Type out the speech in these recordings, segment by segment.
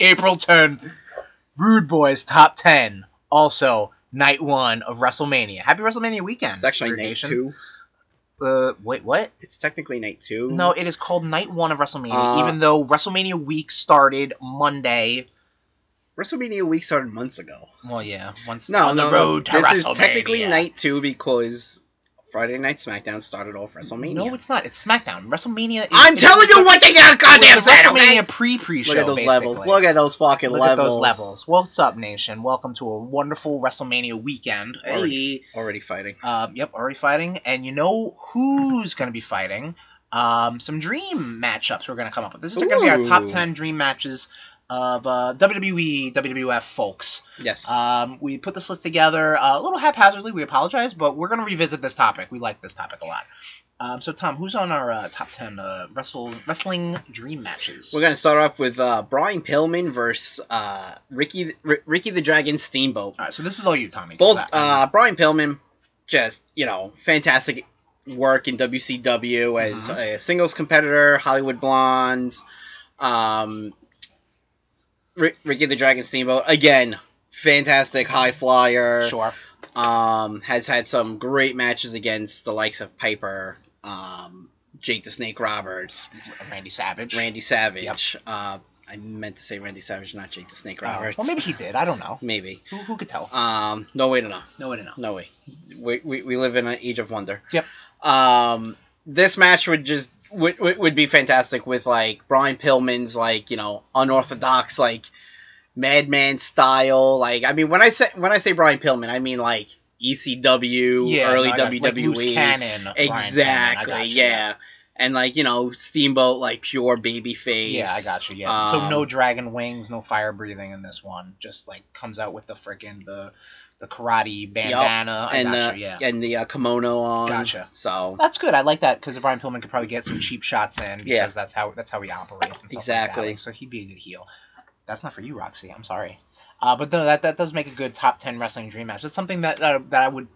April 10th. Rude Boys Top 10. Also, night one of WrestleMania. Happy WrestleMania weekend. It's actually Rude night Nation. two. Uh, wait, what? It's technically night two. No, it is called night one of WrestleMania, Uh, even though WrestleMania week started Monday. WrestleMania week started months ago. Well, yeah, once No, on no, the road to no. this WrestleMania. is technically night two because Friday Night SmackDown started off WrestleMania. No, it's not. It's SmackDown. WrestleMania. Is, I'm it's- telling you what they got, it's goddamn the said, okay? WrestleMania pre pre show. Look at those levels. Look at those fucking Look at levels. those levels. What's up, nation? Welcome to a wonderful WrestleMania weekend. Already, already fighting. Um, yep, already fighting. And you know who's going to be fighting? Um, some dream matchups we're going to come up with. This is going to be our top Ooh. 10 dream matches of uh, WWE, WWF folks. Yes. Um, we put this list together uh, a little haphazardly. We apologize, but we're going to revisit this topic. We like this topic a lot. Um, so, Tom, who's on our uh, top 10 uh, wrestle, wrestling dream matches? We're gonna start off with uh, Brian Pillman versus uh, Ricky R- Ricky the Dragon Steamboat. All right, so this is all you, Tommy. 'cause Both I- I'm- uh, Brian Pillman, just you know, fantastic work in WCW as Mm-hmm. a singles competitor, Hollywood Blonde, um, Ri Ricky the Dragon Steamboat again, fantastic high flyer. sure. um, has had some great matches against the likes of Piper, um, Jake the Snake Roberts, Randy Savage. Randy Savage. Uh, I meant to say Randy Savage, not Jake the Snake Uh, Roberts. well, maybe he did. I don't know. Maybe. Who, who could tell? Um, no way to know. No way to know. No way. We, we, we live in an age of wonder. Yep. Um, this match would just would, would, would be fantastic with like Brian Pillman's like you know unorthodox like madman style. Like I mean when I say when I say Brian Pillman I mean like ECW early no, I got- WWE like loose cannon. Brian Pillman, I exactly got you, yeah. and like you know Steamboat like pure baby face Yeah, I got you. Yeah. so Um, no dragon wings, no fire breathing in this one. Just like comes out with the freaking the the karate bandana. I and got the you. Yeah. and the uh, kimono on Gotcha. so That's good. I like that because Brian Pillman could probably get some cheap shots in because Yeah. that's how that's how he operates and stuff like that. Exactly. Like, so he'd be a good heel. That's not for you, Roxy. I'm sorry. Uh, but no, that that does make a good top ten wrestling dream match. That's something that that, that I would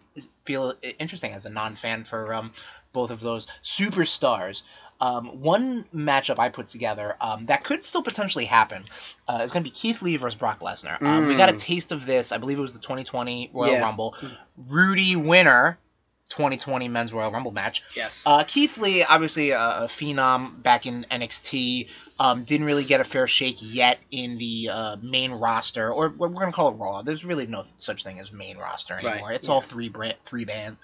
feel i- interesting as a non fan for um, both of those superstars. Um, one matchup I put together um, that could still potentially happen uh, is going to be Keith Lee versus Brock Lesnar. Um, We got a Mm. taste of this. I believe it was the 2020 Royal Yeah. Rumble. Rudy winner, 2020 Men's Royal Rumble match. yes Uh, Keith Lee, obviously a, a phenom back in NXT, um, didn't really get a fair shake yet in the uh, main roster, or what we're gonna call it Raw. There's really no such thing as main roster Right, anymore. It's yeah. all three brand, three band,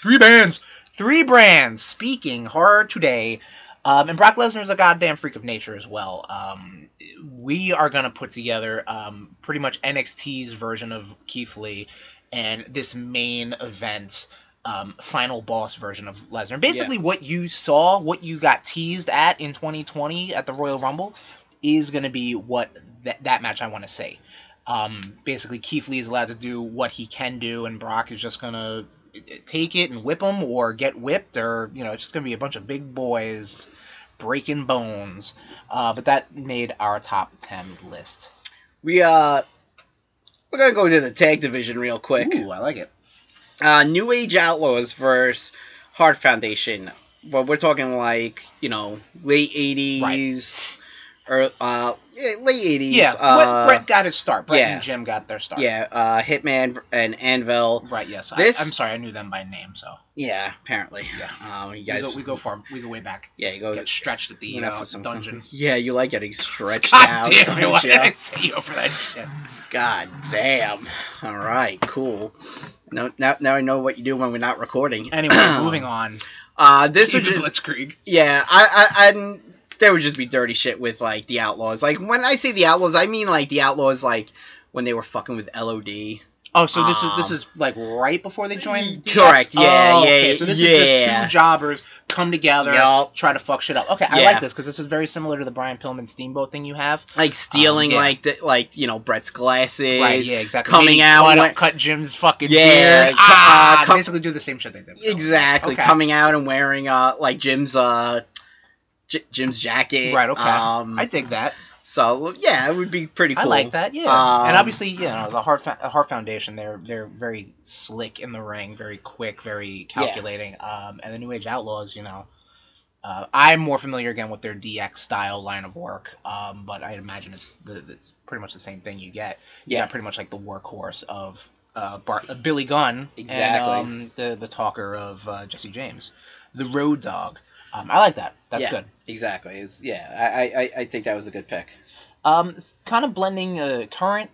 three bands, three brands. Speaking horror today. Um, and Brock Lesnar is a goddamn freak of nature as well. Um, we are gonna put together um, pretty much NXT's version of Keith Lee, and this main event um, final boss version of Lesnar. Basically, what you saw, what you got teased at in 2020 at the Royal Rumble, is going to be what th- that match I want to say. Um, basically, Keith Lee is allowed to do what he can do, and Brock is just going to take it and whip him or get whipped, or, you know, it's just going to be a bunch of big boys breaking bones. Uh, but that made our top 10 list. we uh we're gonna go to the tag division real quick Ooh, I like it. uh, New Age Outlaws versus Heart Foundation. Well, we're talking like you know late eighties or uh, yeah, late eighties. Yeah, uh, Brett, Brett got his start. Brett yeah. and Jim got their start. yeah. Uh, Hitman and Anvil. Right. Yes. This- I, I'm sorry. I knew them by name. So Yeah, apparently. Um, you guys. Oh, we, go, we go far. We go way back. yeah, you go. Get stretched at the went out uh, for some- dungeon. Yeah, you like getting stretched God out. damn it! don't Why did I ya? say you for that shit? God damn. All right, cool. Now, now, now I know what you do when we're not recording. Anyway, moving on. Uh, this would Keep it just Blitzkrieg. Yeah, I, I, I, there would just be dirty shit with like the Outlaws. Like when I say the Outlaws, I mean like the Outlaws, like when they were fucking with LOD. Oh, so this is this Um, is like right before they joined. DX? Correct, yeah, Oh, yeah, okay. So this is just yeah. two jobbers come together, Yup. try to fuck shit up. Okay, I Yeah. like this because this is very similar to the Brian Pillman Steamboat thing you have. Like stealing Oh, yeah. like the, like you know Brett's glasses. right. Yeah. Exactly. coming Maybe out cut, when- cut Jim's fucking Yeah, beard. cu- Ah, uh, come- basically do the same shit they did. with Pillman. Exactly, Okay. coming out and wearing uh like Jim's uh J- Jim's jacket. Right, okay. Um, I dig that. so yeah, it would be pretty cool. I like that, yeah. Um, and obviously, you know, the Heart, Fo- Heart Foundation, they're they're very slick in the ring, very quick, very calculating. Um, and the New Age Outlaws, you know, Uh, I'm more familiar again with their DX style line of work, um, but I imagine it's the, it's pretty much the same thing you get. You Yeah. got pretty much like the workhorse of uh, Bar- uh, Billy Gunn, Exactly. and, um, the the talker of uh, Jesse James, the Road Dog. Um, I like that. That's Yeah. good. Exactly. It's, yeah, I, I- I, I think that was a good pick. Um, it's kind of blending uh, current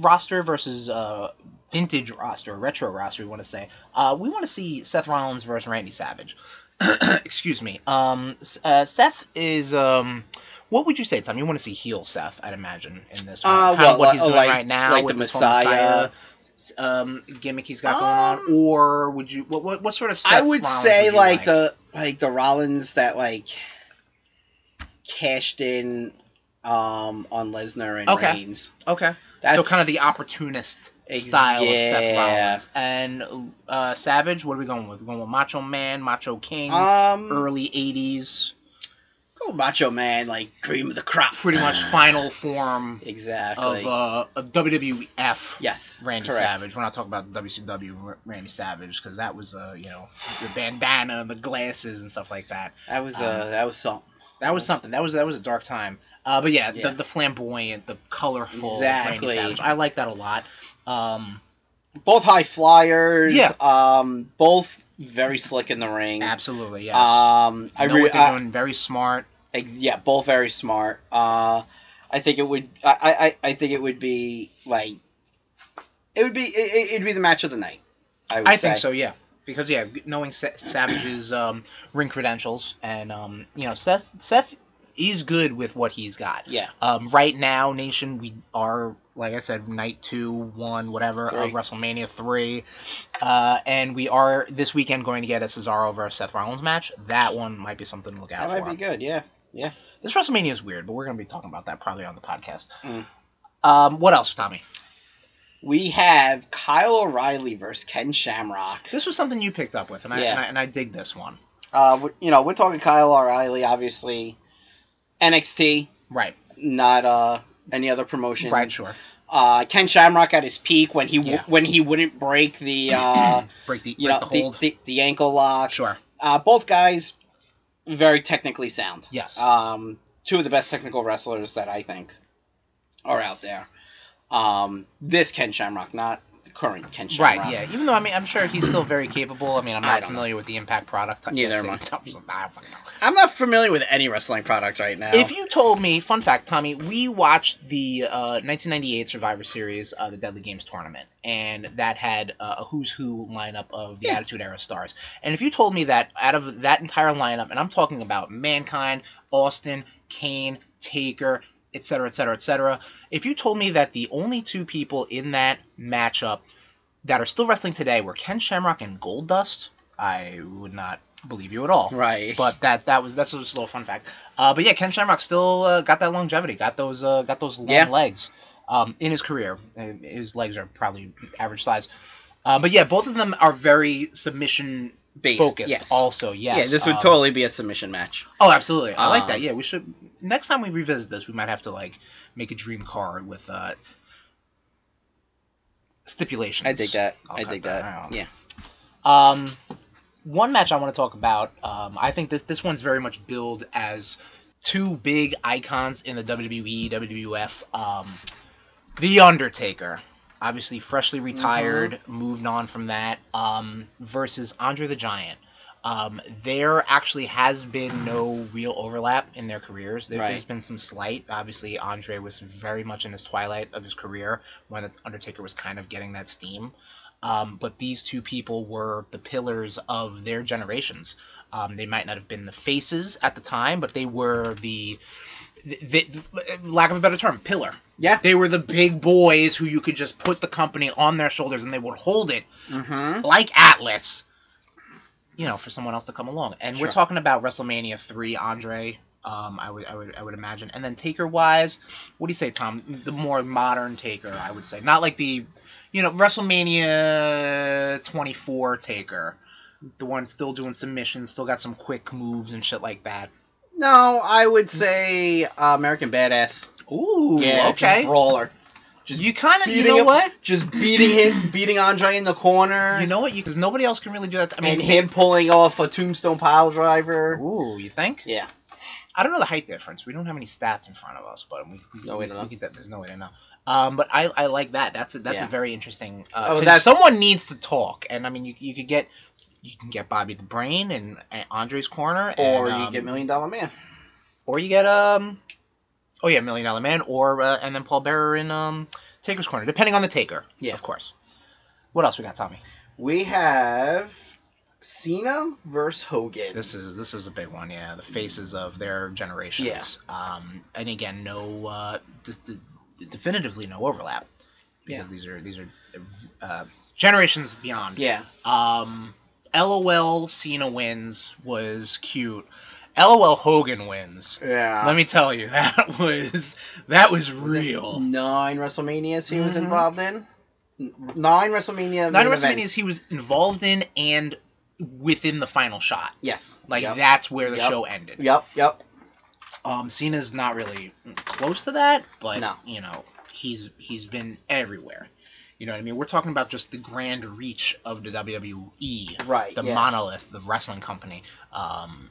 roster versus uh, vintage roster, retro roster. We want to say. Uh, we want to see Seth Rollins versus Randy Savage. Excuse me. Um, S- uh, Seth is um, what would you say, Tom? You want to see heel Seth, I'd imagine, in this one. Uh, kind well, of what he's uh, doing like- right now like with the this whole Messiah. Messiah. s- um, gimmick he's got Um, going on, or would you? What what, what sort of? Seth I would Rollins say would you like, the like the Rollins that like cashed in um on Lesnar and Okay. Reigns. okay. That's so kind of the opportunist Ex- style of Seth yeah. Rollins and uh, Savage. What are we going with? We're going with Macho Man, Macho King, Um, early '80s, go Macho Man, like cream of the crop, pretty much final form exactly. of, uh, of WWF. yes, Randy correct. Savage. We're not talking about WCW R- Randy Savage because that was, uh, you know, the bandana and the glasses and stuff like that. That was Um, uh, that was something. That was something. That was that was a dark time. Uh, but yeah, Yeah. The, the flamboyant, the colorful Randy Exactly. Savage. I like that a lot. Um, Both high flyers. Yeah. Um, both very slick in the ring. absolutely, yes. Um, I I know re- what they're I- doing. Very smart. Ex- yeah, both very smart. Uh, I think it would. I, I, I- I think it would be like. It would be. It, it'd be the match of the night. I would I say. think so. Yeah, because yeah, g- knowing Sa- Savage's um, ring credentials and um, you know Seth Seth is good with what he's got. Yeah. Um, right now, Nation, we are like I said, night two, one, whatever of Three. WrestleMania three, uh, and we are this weekend going to get a Cesaro versus Seth Rollins match. That one might be something to look out That might for. be good. Yeah. This WrestleMania is weird, but we're gonna be talking about that probably on the podcast. Mm. Um, what else, Tommy? We have Kyle O'Reilly versus Ken Shamrock. This was something you picked up with, and I, Yeah. and, I and I dig this one. Uh, we- you know, we're talking Kyle O'Reilly, obviously. NXT, Right. not uh any other promotion. Right. Sure. Uh, Ken Shamrock at his peak when he w- Yeah. when he wouldn't break the uh break the, you break know the the, hold. the the ankle lock. sure. Uh, both guys very technically sound. Yes. Uh, Um, two of the best technical wrestlers that I think are out there. Um, this Ken Shamrock, not the current Ken Shamrock. right. Yeah. Even though I mean, I'm sure he's still very capable. I mean, I'm I not don't familiar with the Impact product. I Neither guess am I. it- I don't fucking know. I'm not familiar with any wrestling product right now. If you told me, fun fact, Tommy, we watched the uh, 1998 Survivor Series, uh, the Deadly Games tournament, and that had uh, a who's who lineup of the Yeah. Attitude Era stars. And if you told me that out of that entire lineup, and I'm talking about Mankind, Austin, Kane, Taker, et cetera, et cetera, et cetera, if you told me that the only two people in that matchup that are still wrestling today were Ken Shamrock and Goldust, I would not believe you at all. right. But that that was that's just a little fun fact. Uh, but yeah, Ken Shamrock still uh, got that longevity, got those uh, got those long Yeah. legs um, in his career. Uh, His legs are probably average size. Uh, but yeah, both of them are very submission Based, focused. yes. Also, yes. yeah, this would Um, totally be a submission match. Oh, absolutely. I like that. Um, Yeah, we should. Next time we revisit this, we might have to like make a dream card with uh, stipulations. I dig that. I'll I cut dig that that. out. Yeah. Um, one match I want to talk about. Um, I think this this one's very much billed as two big icons in the E, WWE WWF. Um, the Undertaker, obviously freshly retired, moved on from that. Um, versus Andre the Giant. Um, there actually has been no real overlap in their careers. There, There's Right. been some slight. Obviously, Andre was very much in his twilight of his career when the Undertaker was kind of getting that steam. Um, but these two people were the pillars of their generations. Um, they might not have been the faces at the time, but they were the, the, the lack of a better term, pillar. Yeah. They were the big boys who you could just put the company on their shoulders and they would hold it Mm-hmm. like Atlas, you know, for someone else to come along. And we're Sure. talking about WrestleMania three, Andre. Um, I would, I would, I would imagine. And then Taker wise, what do you say, Tom? The more modern Taker, I would say, not like the, you know, WrestleMania twenty four Taker, the one still doing submissions, still got some quick moves and shit like that. No, I would say uh, American Badass. Ooh, yeah, just okay. brawler. Just you kind of, you beating know him- what? just beating him, beating Andre in the corner. You know what? You because nobody else can really do that. I mean, and him pulling off a tombstone pile driver. Ooh, you think? Yeah, I don't know the height difference. We don't have any stats in front of us, but we, we No, we don't know. can- there's no way to know. Um, but I, I like that. That's a, that's Yeah. a very interesting. Oh, Uh, 'cause that's- someone needs to talk, and I mean, you, you could get you can get Bobby the Brain and, and Andre's corner, and, or you um, get Million Dollar Man. or you get um, oh yeah, Million Dollar Man, or uh, and then Paul Bearer in um Taker's corner, depending on the Taker. Yeah. of course. What else we got, Tommy? We have Cena versus Hogan. This is this is a big one, yeah. The faces of their generations. Um, and again, no, uh, just the, definitively no overlap because these are these are uh, generations beyond. yeah, Um, LOL Cena wins was cute. LOL Hogan wins. yeah. Let me tell you, that was that was real. Nine WrestleManias he was Mhm. involved in. N- Nine Nine WrestleMania. main WrestleManias events. he was involved in and within the final shot. Yes. Like yep. that's where the Yep. show ended. Yep. Yep. Um, Cena's not really close to that, but No. you know, he's he's been everywhere. You know what I mean? We're talking about just the grand reach of the WWE, Right. the yeah. monolith, the wrestling company. Um,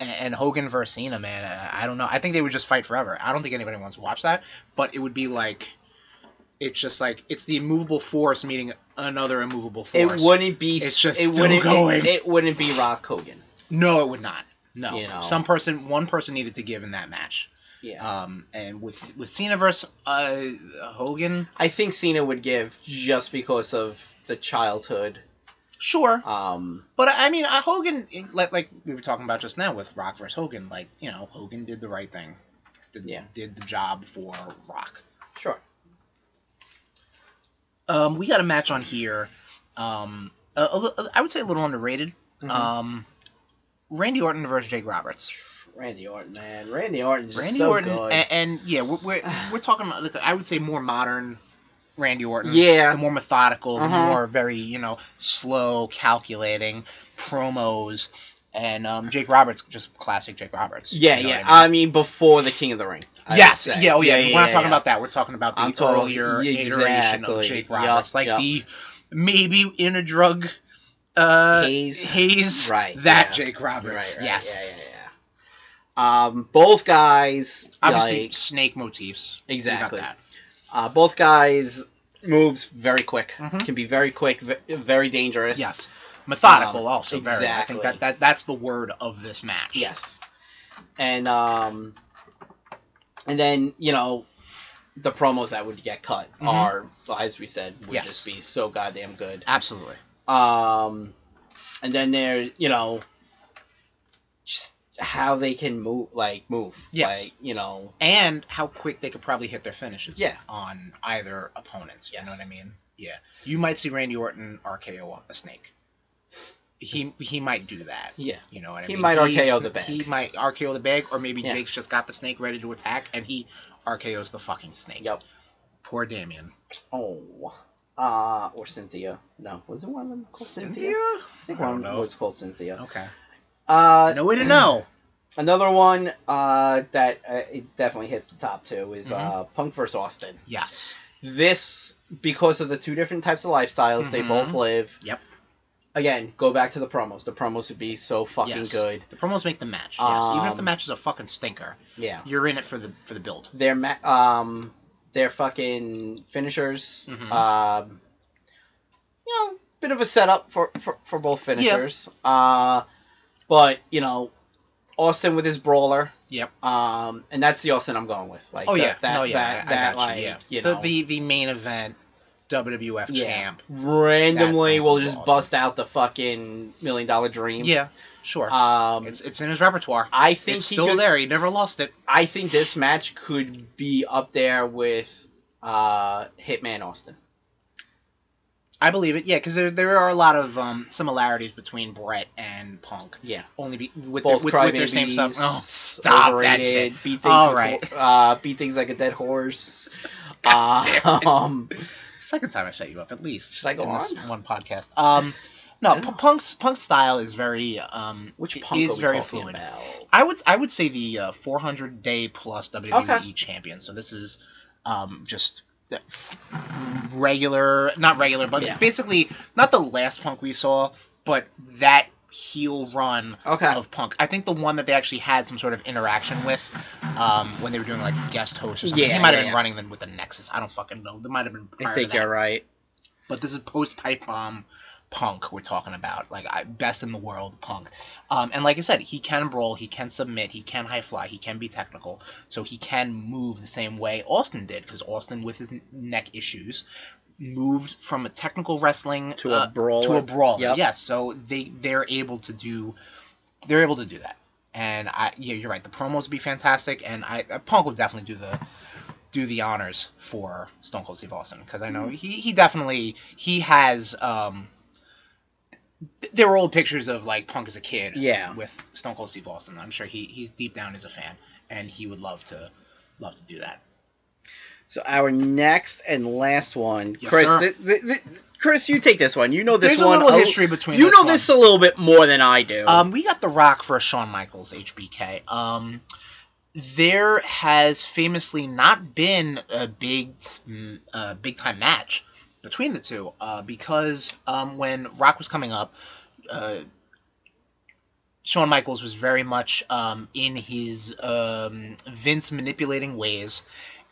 and, and Hogan versus Cena, man, I, I don't know. I think they would just fight forever. I don't think anybody wants to watch that, but it would be like, it's just like it's the immovable force meeting another immovable it force. wouldn't be. It's s- just it still wouldn't, it- going. It, wouldn't be Rock Hogan. No, it would not. No, You know. some person, one person needed to give in that match. Yeah. Um, and with with Cena versus uh, Hogan, I think Cena would give just because of the childhood. sure. Um. But I mean, uh, Hogan, like like we were talking about just now with Rock versus Hogan, like you know, Hogan did the right thing, did, Yeah. did the job for Rock. Sure. Um, we got a match on here. Um, a, a li- I would say a little underrated. Mm-hmm. Um, Randy Orton versus Jake Roberts. Randy Orton, man. Randy Orton's just Randy so Orton, good. and, and yeah, we're, we're we're talking about like, I would say more modern Randy Orton. yeah. the more methodical, the Uh-huh. more very you know slow, calculating promos, and um, Jake Roberts, just classic Jake Roberts. Yeah, you know yeah. what I I mean? mean, before the King of the Ring. I would yes, say. yeah, oh yeah. we're not talking yeah. about that. We're talking about the I'm talking- earlier yeah, iteration of exactly. Jake Yup, Roberts, like yup. the maybe in a drug uh, Hayes. haze, Right, That yeah. Jake Roberts, yes. Yeah, yeah, yeah. Um, both guys, Obviously, like, snake motifs. You got exactly. that. Uh, both guys moves very quick. Mhm. Can be very quick, ve- very dangerous. Yes. Methodical, Um, also. Very. I think exactly. that, that that's the word of this match. Yes. And um, and then you know, the promos that would get cut Mhm. are, as we said, would Yes. just be so goddamn good. Absolutely. Um, and then there, you know, just how they can move, like move, Yes. like you know, and how quick they could probably hit their finishes Yeah. on either opponents. You know Yes. what I mean? Yeah. You might see Randy Orton RKO a snake. He he might do that. yeah, You know what I He mean? might RKO He's- the bag. He might RKO the bag, or maybe Yeah. Jake's just got the snake ready to attack and he RKO's the fucking snake. yep. Poor Damien. Oh. Uh, or Cynthia. No, was it one of them called Cynthia? I think I don't one know. was called Cynthia. Okay. Uh, No way to know. Another one uh, that uh, it definitely hits the top two is Mhm. uh, Punk versus Austin. Yes. This, because of the two different types of lifestyles they Mhm. both live. Yep. Again, go back to the promos. The promos would be so fucking Yes. good. The promos make the match. Yes. Even if the Um, match is a fucking stinker, Yeah. you're in it for the for the build. Their ma- um, their fucking finishers. Mhm. Um, you know, bit of a setup for for, for both finishers. Uh, but you know, Austin with his brawler. Yep. Um, and that's the Austin I'm going with. Like, Oh that, yeah, that, no, yeah, that, I, I that, got like, you. Yeah, you The- know, the, the main event WWF Yeah. champ. randomly That's will Austin. just bust out the fucking million dollar dream. Yeah, sure. Um, it's it's in his repertoire. I think It's he still could, there. He never lost it. I think this match could be up there with uh Hitman Austin. I believe it. Yeah, because there, there are a lot of um, similarities between Brett and Punk. Yeah. Only be, with their, Both with, crybabies, with their same stuff. Oh, stop that overrated, shit. Beat things All with right. ho- uh, beat things like a dead horse. Uh, damn it. um, Oh, Second time I shut you up, at least. Should I go in this on? one podcast. Um, no, I don't P- know. Punk's Punk's style is very um, which it punk is are we very talking fluid. about? I would I would say the uh, 400 day plus WWE Okay. champion. So this is um, just regular, not regular, but Yeah. basically not the last Punk we saw, but that heel run Okay. of Punk. I think the one that they actually had some sort of interaction with um, when they were doing like a guest host or something. Yeah, he might have yeah, been yeah. running then with the Nexus. I don't fucking know. There might have been. I Prior think to that. you're right. But this is post pipe bomb Punk we're talking about. Like I, best in the world Punk. Um, and like I said, he can brawl, he can submit, he can high fly, he can be technical, so he can move the same way Austin did because Austin with his n- neck issues moved from a technical wrestling To uh, a brawl. to a brawl. Yep. Yes, so they they're able to do they're able to do that. And I yeah, you're right. The promos would be fantastic, and I uh, Punk will definitely do the do the honors for Stone Cold Steve Austin because I know Mm-hmm. he he definitely he has um th- there were old pictures of like Punk as a kid Yeah. with Stone Cold Steve Austin. I'm sure he he's deep down is a fan, and he would love to love to do that. So our next and last one, Yes, Chris. sir. Th- th- th- Chris, you take this one. You know this There's one. a little a- history between You this know one. this a little bit more than I do. Um, we got The Rock for a Shawn Michaels HBK. Um, there has famously not been a big, mm, a big time match between the two uh, because um, when Rock was coming up, uh, Shawn Michaels was very much um, in his um, Vince manipulating ways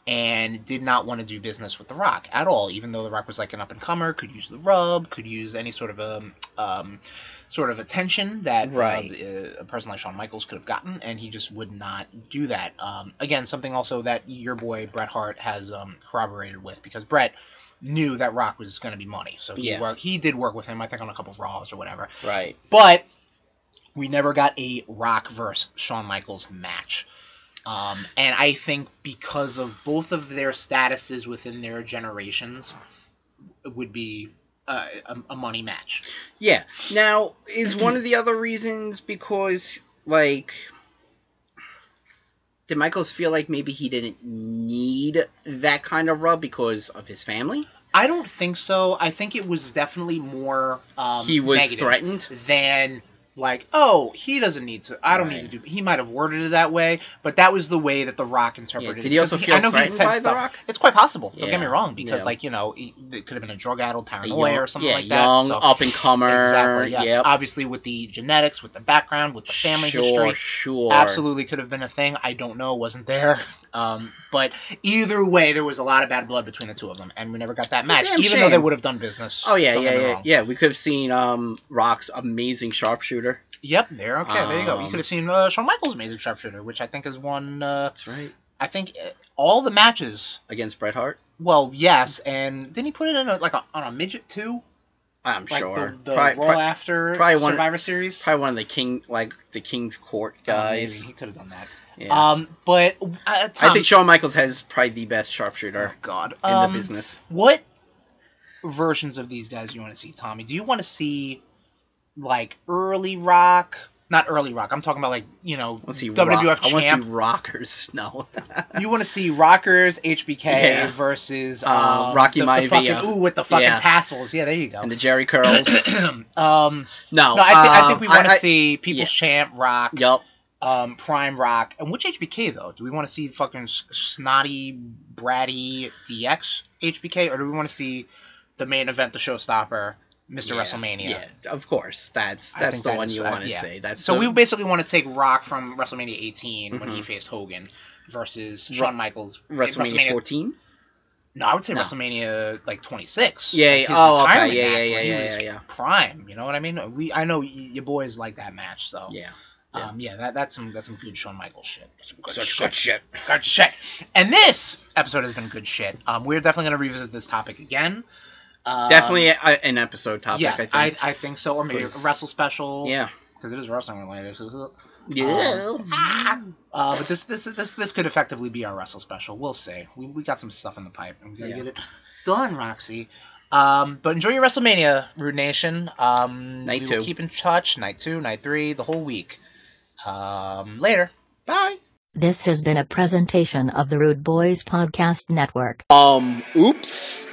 and did not want to do business with The Rock at all, even though The Rock was like an up and comer, could use the rub, could use any sort of um, um, sort of attention that uh, Right. uh, a person like Shawn Michaels could have gotten, and he just would not do that. Um, again, something also that your boy Bret Hart has um, corroborated with because Bret knew that Rock was going to be money, so he Yeah. worked, he did work with him, I think on a couple Raws or whatever, right. but we never got a Rock versus Shawn Michaels match. Um, and I think because of both of their statuses within their generations, it would be uh, a, a money match. Yeah. Now, is one of the other reasons because like did Michaels feel like maybe he didn't need that kind of rub because of his family? I don't think so. I think it was definitely more. Um, he was negative threatened. Than like, oh, he doesn't need to. I don't need Right. to do. He might have worded it that way, but that was the way that The Rock Yeah, interpreted it. Did he also 'Cause feel I know he threatened said by The stuff- Rock? It's quite possible. Don't Yeah. get me wrong, because Yeah. like you know, he- it could have been a drug-addled A paranoia young- or something yeah, like that. Young so- up and comer. exactly. Yes. Yep. Obviously, with the genetics, with the background, with the family sure, history, Sure. absolutely could have been a thing. I don't know. Wasn't there? Um, but either way, there was a lot of bad blood between the two of them, and we never got that It's a match, damn even though they shame. would have done business. Oh yeah, Don't get yeah, me yeah, wrong. yeah. We could have seen um, Rock's amazing sharpshooter. Yep, there. Okay, there you go. You Um, could have seen uh, Shawn Michaels' amazing sharpshooter, which I think is one. Uh, That's right. I think uh, all the matches. Against Bret Hart. Well, yes, and didn't he put it in a, like a, on a midget too? I'm Like sure. the, the Probably- Raw probably- after probably one- Survivor Series. Probably one of the king, like the King's Court Oh, maybe guys. he could have done that. Yeah. Um, but uh, Tom, I think Shawn Michaels has probably the best oh sharpshooter God, in um, the business. what versions of these guys do you want to see, Tommy? Do you want to see like early Rock? Not early Rock. I'm talking about like you know Let's see. WWF rock- I want to champ. see Rockers. No. you want to see Rockers HBK Yeah. versus Uh, um, Rocky the, the Maivia. fucking, ooh with the fucking Yeah. tassels. Yeah, there you go. and the Jerry curls. um, no, No. I, thi- I um, think we want to I- see People's Champ Rock. Yup. um, Prime Rock, and which HBK though? Do we want to see fucking s- snotty, bratty DX HBK, or do we want to see the main event, the showstopper, Mr. Yeah, WrestleMania? Yeah. Of course. That's I that's think the that one is- you I- want to yeah. see. That's So the- we basically want to take Rock from WrestleMania 18 when he Mhm. faced Hogan versus Ru- Shawn Michaels at WrestleMania 14. No, I would say No. WrestleMania like 26. Yeah, like, his oh, okay, retirement yeah, match yeah, when he yeah, was yeah, yeah. Prime, you know what I mean? We, I know y- your boys like that match, so Yeah. yeah. um, yeah, that, that's some that's some good Shawn Michaels shit. Some good Such shit. good shit. Good shit. And this episode has been good shit. Um, we're definitely going to revisit this topic again. Um, Definitely a, an episode topic. yes, I I think. I, think so. Or maybe Was- a wrestle special. yeah. Because it is wrestling related. Yeah. Ah. Uh, but this this this this could effectively be our wrestle special. We'll see. We, we got some stuff in the pipe and we gotta Yeah. get it done, Roxy. Um, but enjoy your WrestleMania, Rude Nation. Um, Night we will two. Keep in touch. Night two, night three, the whole week. Um, later. Bye. This has been a presentation of the Rude Boys Podcast Network. Um, oops.